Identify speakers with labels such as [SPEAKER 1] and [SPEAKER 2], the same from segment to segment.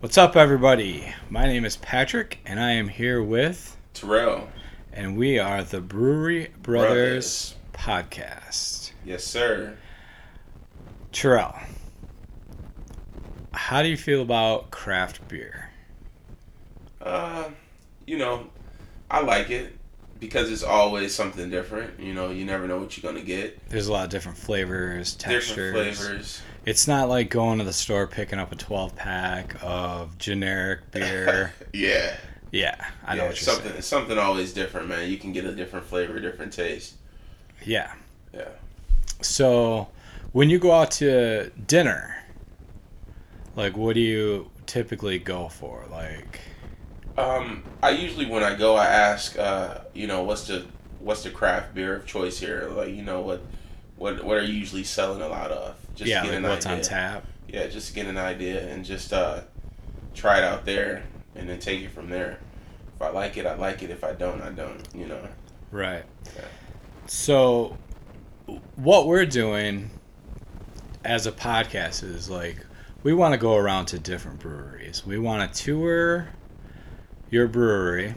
[SPEAKER 1] What's up, everybody? My name is Patrick, and I am here with,
[SPEAKER 2] Terrell.
[SPEAKER 1] and we are the Brewery Brothers, podcast.
[SPEAKER 2] Yes, sir.
[SPEAKER 1] Terrell, how do you feel about craft beer?
[SPEAKER 2] Uh, you know, I like it because it's always something different. You know, you never know what you're gonna get.
[SPEAKER 1] There's a lot of different flavors, textures.
[SPEAKER 2] Different flavors.
[SPEAKER 1] It's not like going to the store picking up a 12 pack of generic beer.
[SPEAKER 2] Yeah.
[SPEAKER 1] yeah, I know what
[SPEAKER 2] yeah,
[SPEAKER 1] you're
[SPEAKER 2] something.
[SPEAKER 1] saying.
[SPEAKER 2] It's something always different, man. You can get a different flavor, different taste.
[SPEAKER 1] Yeah.
[SPEAKER 2] Yeah.
[SPEAKER 1] So, when you go out to dinner, like, what do you typically go for? Like,
[SPEAKER 2] Um, I usually when I go, I ask, uh, you know, what's the what's the craft beer of choice here? Like, you know, what what what are you usually selling a lot of? Just
[SPEAKER 1] yeah,
[SPEAKER 2] to
[SPEAKER 1] like
[SPEAKER 2] an
[SPEAKER 1] what's on
[SPEAKER 2] idea.
[SPEAKER 1] tap?
[SPEAKER 2] yeah, just to get an idea and just uh, try it out there and then take it from there. If I like it, I like it. If I don't, I don't. You know.
[SPEAKER 1] Right.
[SPEAKER 2] Yeah.
[SPEAKER 1] So, what we're doing as a podcast is like we want to go around to different breweries. We want to tour your brewery.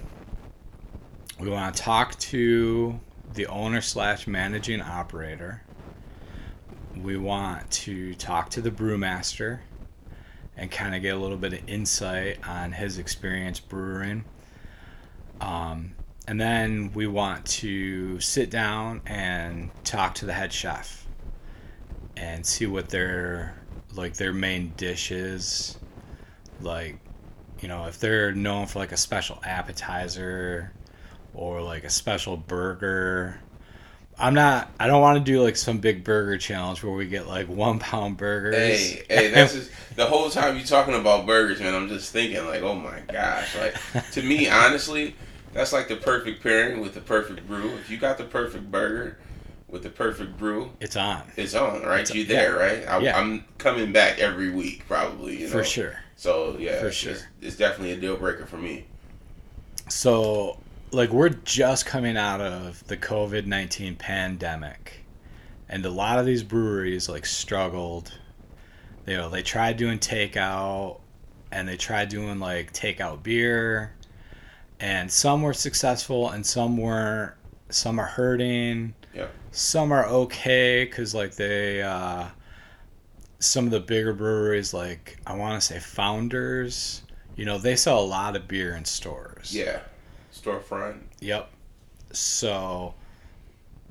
[SPEAKER 1] We want to talk to the owner slash managing operator. We want to talk to the brewmaster and kind of get a little bit of insight on his experience brewing. Um, and then we want to sit down and talk to the head chef and see what their like their main dish is like you know if they're known for like a special appetizer or like a special burger i'm not i don't want to do like some big burger challenge where we get like one pound burgers
[SPEAKER 2] Hey, hey, that's just, the whole time you're talking about burgers, man. I'm just thinking like, oh my gosh, like to me, honestly, that's like the perfect pairing with the perfect brew. If you got the perfect burger with the perfect brew,
[SPEAKER 1] it's on
[SPEAKER 2] it's on, right?
[SPEAKER 1] It's-
[SPEAKER 2] You there, right? I,
[SPEAKER 1] Yeah.
[SPEAKER 2] I'm coming back every week, probably. You know?
[SPEAKER 1] for sure
[SPEAKER 2] So yeah,
[SPEAKER 1] For
[SPEAKER 2] it's,
[SPEAKER 1] sure.
[SPEAKER 2] it's- it's definitely a deal breaker for me.
[SPEAKER 1] So, like, we're just coming out of the COVID 19 pandemic, and a lot of these breweries, like, struggled. You know, they tried doing takeout and they tried doing, like, takeout beer, and some were successful and some weren't. Some are hurting.
[SPEAKER 2] Yeah.
[SPEAKER 1] Some are okay because, like, they, uh, some of the bigger breweries, like, I want to say Founders, you know, they sell a lot of beer in stores.
[SPEAKER 2] Yeah, storefront.
[SPEAKER 1] Yep. So,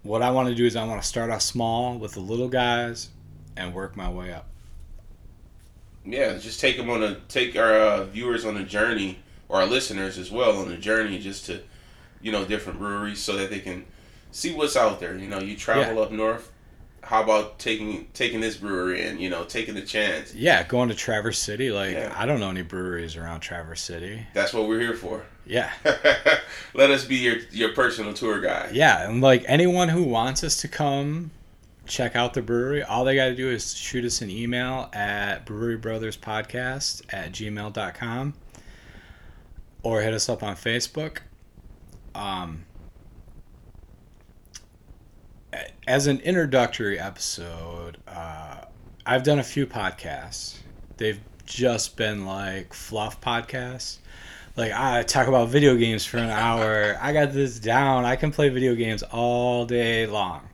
[SPEAKER 1] what I want to do is I want to start off small with the little guys and work my way up.
[SPEAKER 2] yeah, just take them on a take our uh, viewers on a journey or our listeners as well on a journey just to you know different breweries so that they can see what's out there. You know, you travel up north. How about taking taking this brewery and you know taking the chance?
[SPEAKER 1] Yeah, going to Traverse City. Like,
[SPEAKER 2] Yeah.
[SPEAKER 1] I don't know any breweries around Traverse City.
[SPEAKER 2] That's what we're here for.
[SPEAKER 1] Yeah.
[SPEAKER 2] Let us be your your personal tour guide.
[SPEAKER 1] Yeah. And like anyone who wants us to come check out the brewery, all they got to do is shoot us an email at brewerybrotherspodcast at gmail.com or hit us up on Facebook. Um, a- as an introductory episode, uh, I've done a few podcasts. They've just been like fluff podcasts. Like I talk about video games for an hour. I got this down. I can play video games all day long.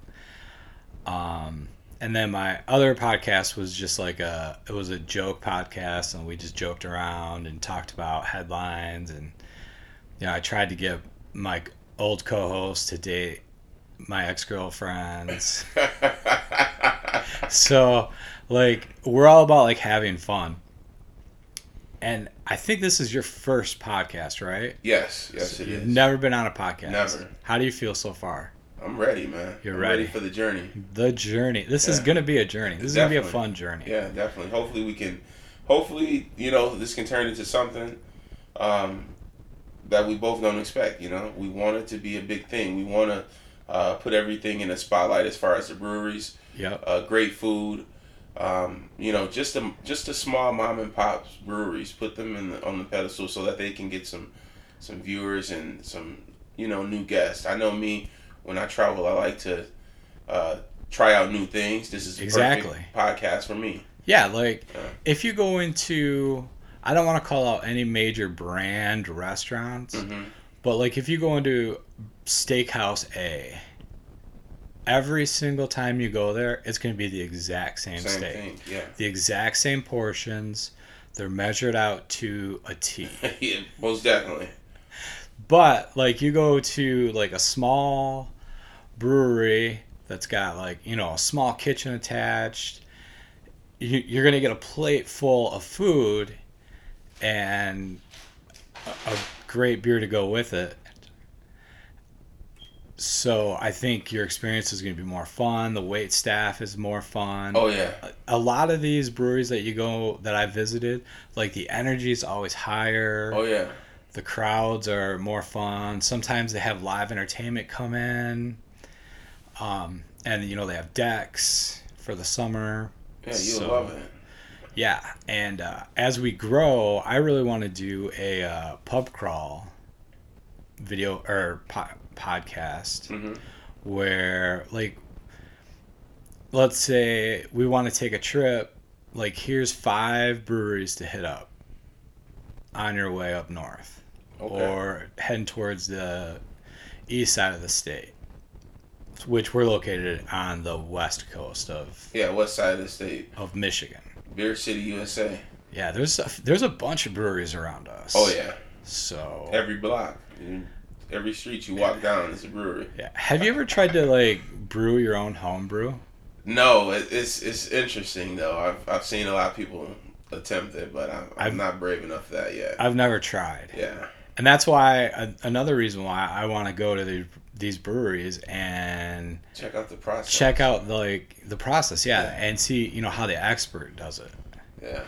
[SPEAKER 1] Um, and then my other podcast was just like a it was a joke podcast, and we just joked around and talked about headlines. And you know, I tried to get my old co-host to date my ex-girlfriends so like we're all about like having fun and i think this is your first podcast right
[SPEAKER 2] yes, yes, it
[SPEAKER 1] you've
[SPEAKER 2] is.
[SPEAKER 1] never been on a podcast
[SPEAKER 2] Never.
[SPEAKER 1] how do you feel so far
[SPEAKER 2] I'm ready, man.
[SPEAKER 1] You're
[SPEAKER 2] I'm
[SPEAKER 1] ready.
[SPEAKER 2] for the journey.
[SPEAKER 1] the journey this is
[SPEAKER 2] Yeah.
[SPEAKER 1] gonna be a journey this is gonna be a
[SPEAKER 2] Definitely.
[SPEAKER 1] fun journey
[SPEAKER 2] Yeah, definitely. Hopefully we can. Hopefully, you know, this can turn into something um, that we both don't expect. You know, we want it to be a big thing. We want to uh, put everything in the spotlight as far as the breweries,
[SPEAKER 1] yep
[SPEAKER 2] uh, great food. Um, you know, just the just the small mom and pops breweries, put them in the, on the pedestal so that they can get some some viewers and some you know new guests. I know me when I travel, I like to uh, try out new things. This is a perfect
[SPEAKER 1] Exactly.
[SPEAKER 2] podcast for me.
[SPEAKER 1] yeah like
[SPEAKER 2] Yeah.
[SPEAKER 1] if you go into I don't want to call out any major brand restaurants,
[SPEAKER 2] hmm
[SPEAKER 1] but like if you go into Steakhouse A, every single time you go there, it's going to be the exact same,
[SPEAKER 2] Same
[SPEAKER 1] steak,
[SPEAKER 2] thing. Yeah.
[SPEAKER 1] the exact same portions. They're measured out to a T.
[SPEAKER 2] yeah. Most definitely.
[SPEAKER 1] But like you go to like a small brewery that's got like you know a small kitchen attached, you, you're gonna get a plate full of food and a, a great beer to go with it. So I think your experience is gonna be more fun. The wait staff is more fun
[SPEAKER 2] Oh yeah.
[SPEAKER 1] a lot of these breweries that you go that I visited, like the energy is always higher.
[SPEAKER 2] Oh yeah.
[SPEAKER 1] The crowds are more fun. Sometimes they have live entertainment come in, um, and you know they have decks for the summer.
[SPEAKER 2] Yeah. You'll
[SPEAKER 1] So-
[SPEAKER 2] love it.
[SPEAKER 1] Yeah, and uh, as we grow, I really want to do a uh, pub crawl video or po- podcast
[SPEAKER 2] hmm
[SPEAKER 1] where like let's say we want to take a trip like here's five breweries to hit up on your way up north
[SPEAKER 2] Okay.
[SPEAKER 1] or heading towards the east side of the state which we're located on the west coast of
[SPEAKER 2] yeah. West side of the state,
[SPEAKER 1] of Michigan.
[SPEAKER 2] Beer City, USA.
[SPEAKER 1] Yeah, there's a, there's a bunch of breweries around us.
[SPEAKER 2] Oh yeah.
[SPEAKER 1] So
[SPEAKER 2] Every block, and every street you walk down is a brewery.
[SPEAKER 1] yeah. Have you ever tried to like brew your own home brew?
[SPEAKER 2] No, it, it's it's interesting though. I've I've seen a lot of people attempt it, but I'm,
[SPEAKER 1] I've-
[SPEAKER 2] I'm not brave enough for that yet.
[SPEAKER 1] I've never tried.
[SPEAKER 2] yeah.
[SPEAKER 1] and that's why a, another reason why I want to go to the, these breweries and
[SPEAKER 2] Check out the process.
[SPEAKER 1] check out the, like the process, yeah, and see you know how the expert does it.
[SPEAKER 2] Yeah.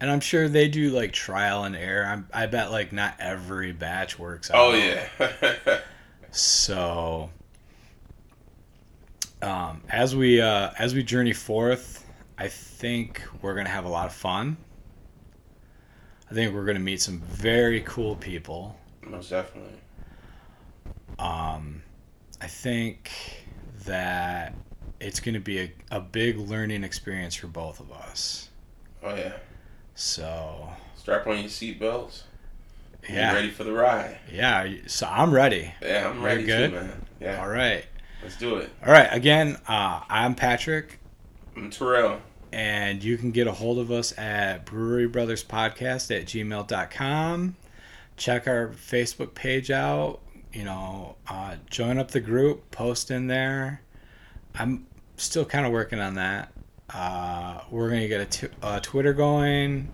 [SPEAKER 1] And I'm sure they do like trial and error. I'm, I bet like not every batch works out.
[SPEAKER 2] Oh yeah.
[SPEAKER 1] So, um, as we uh, as we journey forth, I think we're gonna have a lot of fun. I think we're gonna meet some very cool people.
[SPEAKER 2] Most definitely.
[SPEAKER 1] um, I think that it's going to be a, a big learning experience for both of us.
[SPEAKER 2] Oh yeah.
[SPEAKER 1] So,
[SPEAKER 2] Strap on your seatbelts. Be
[SPEAKER 1] yeah.
[SPEAKER 2] ready for the ride.
[SPEAKER 1] Yeah. So I'm ready.
[SPEAKER 2] Yeah, I'm
[SPEAKER 1] You're
[SPEAKER 2] ready
[SPEAKER 1] good?
[SPEAKER 2] too, man. Yeah.
[SPEAKER 1] All right.
[SPEAKER 2] Let's do it.
[SPEAKER 1] All right. Again, uh, I'm Patrick,
[SPEAKER 2] I'm Terrell.
[SPEAKER 1] and you can get a hold of us at Brewery Brothers Podcast at gmail.com. Check our Facebook page out. You know, uh, join up the group, post in there. I'm still kind of working on that. Uh, we're going to get a t- uh, Twitter going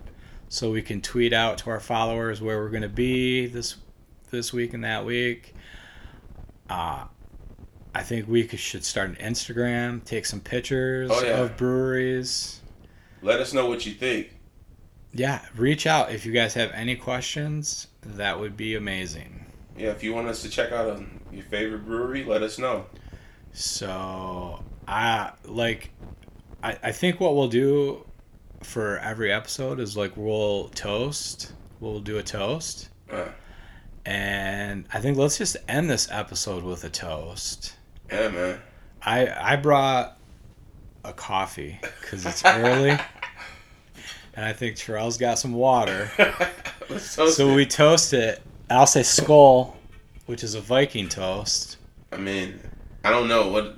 [SPEAKER 1] so we can tweet out to our followers where we're going to be this this week and that week. Uh, I think we could, should start an Instagram, take some pictures
[SPEAKER 2] Oh, yeah.
[SPEAKER 1] of breweries.
[SPEAKER 2] Let us know what you think.
[SPEAKER 1] Yeah, reach out if you guys have any questions. That would be amazing.
[SPEAKER 2] Yeah, if you want us to check out a, your favorite brewery, let us know.
[SPEAKER 1] So I like I, I think what we'll do for every episode is like we'll toast. We'll do a toast.
[SPEAKER 2] Uh,
[SPEAKER 1] And I think let's just end this episode with a toast.
[SPEAKER 2] yeah, man.
[SPEAKER 1] I I brought a coffee because it's early, and I think Terrell's got some water.
[SPEAKER 2] Let's toast
[SPEAKER 1] So
[SPEAKER 2] it.
[SPEAKER 1] we toast it. I'll say skull, which is a Viking toast.
[SPEAKER 2] I mean, I don't know what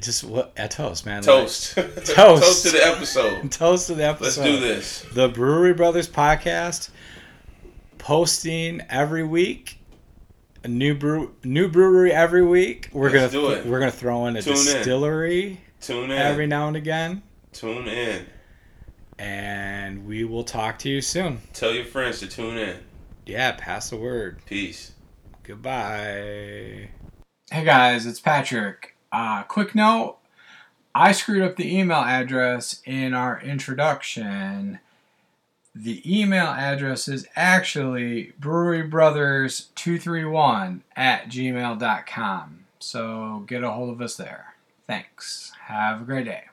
[SPEAKER 1] Just what a toast, man.
[SPEAKER 2] toast.
[SPEAKER 1] Toast.
[SPEAKER 2] toast to the episode.
[SPEAKER 1] toast of the episode.
[SPEAKER 2] Let's do this.
[SPEAKER 1] the Brewery Brothers podcast, posting every week. A new brew, new brewery every week. We're
[SPEAKER 2] Let's
[SPEAKER 1] gonna
[SPEAKER 2] do it.
[SPEAKER 1] we're gonna throw in a
[SPEAKER 2] Tune in.
[SPEAKER 1] distillery
[SPEAKER 2] Tune in.
[SPEAKER 1] every now and again,
[SPEAKER 2] Tune in.
[SPEAKER 1] and we will talk to you soon.
[SPEAKER 2] Tell your friends to tune in.
[SPEAKER 1] Yeah, pass the word.
[SPEAKER 2] Peace.
[SPEAKER 1] Goodbye. Hey guys, it's Patrick. Uh, quick note I screwed up the email address in our introduction. The email address is actually brewerybrothers231 at gmail.com. So get a hold of us there. Thanks. Have a great day.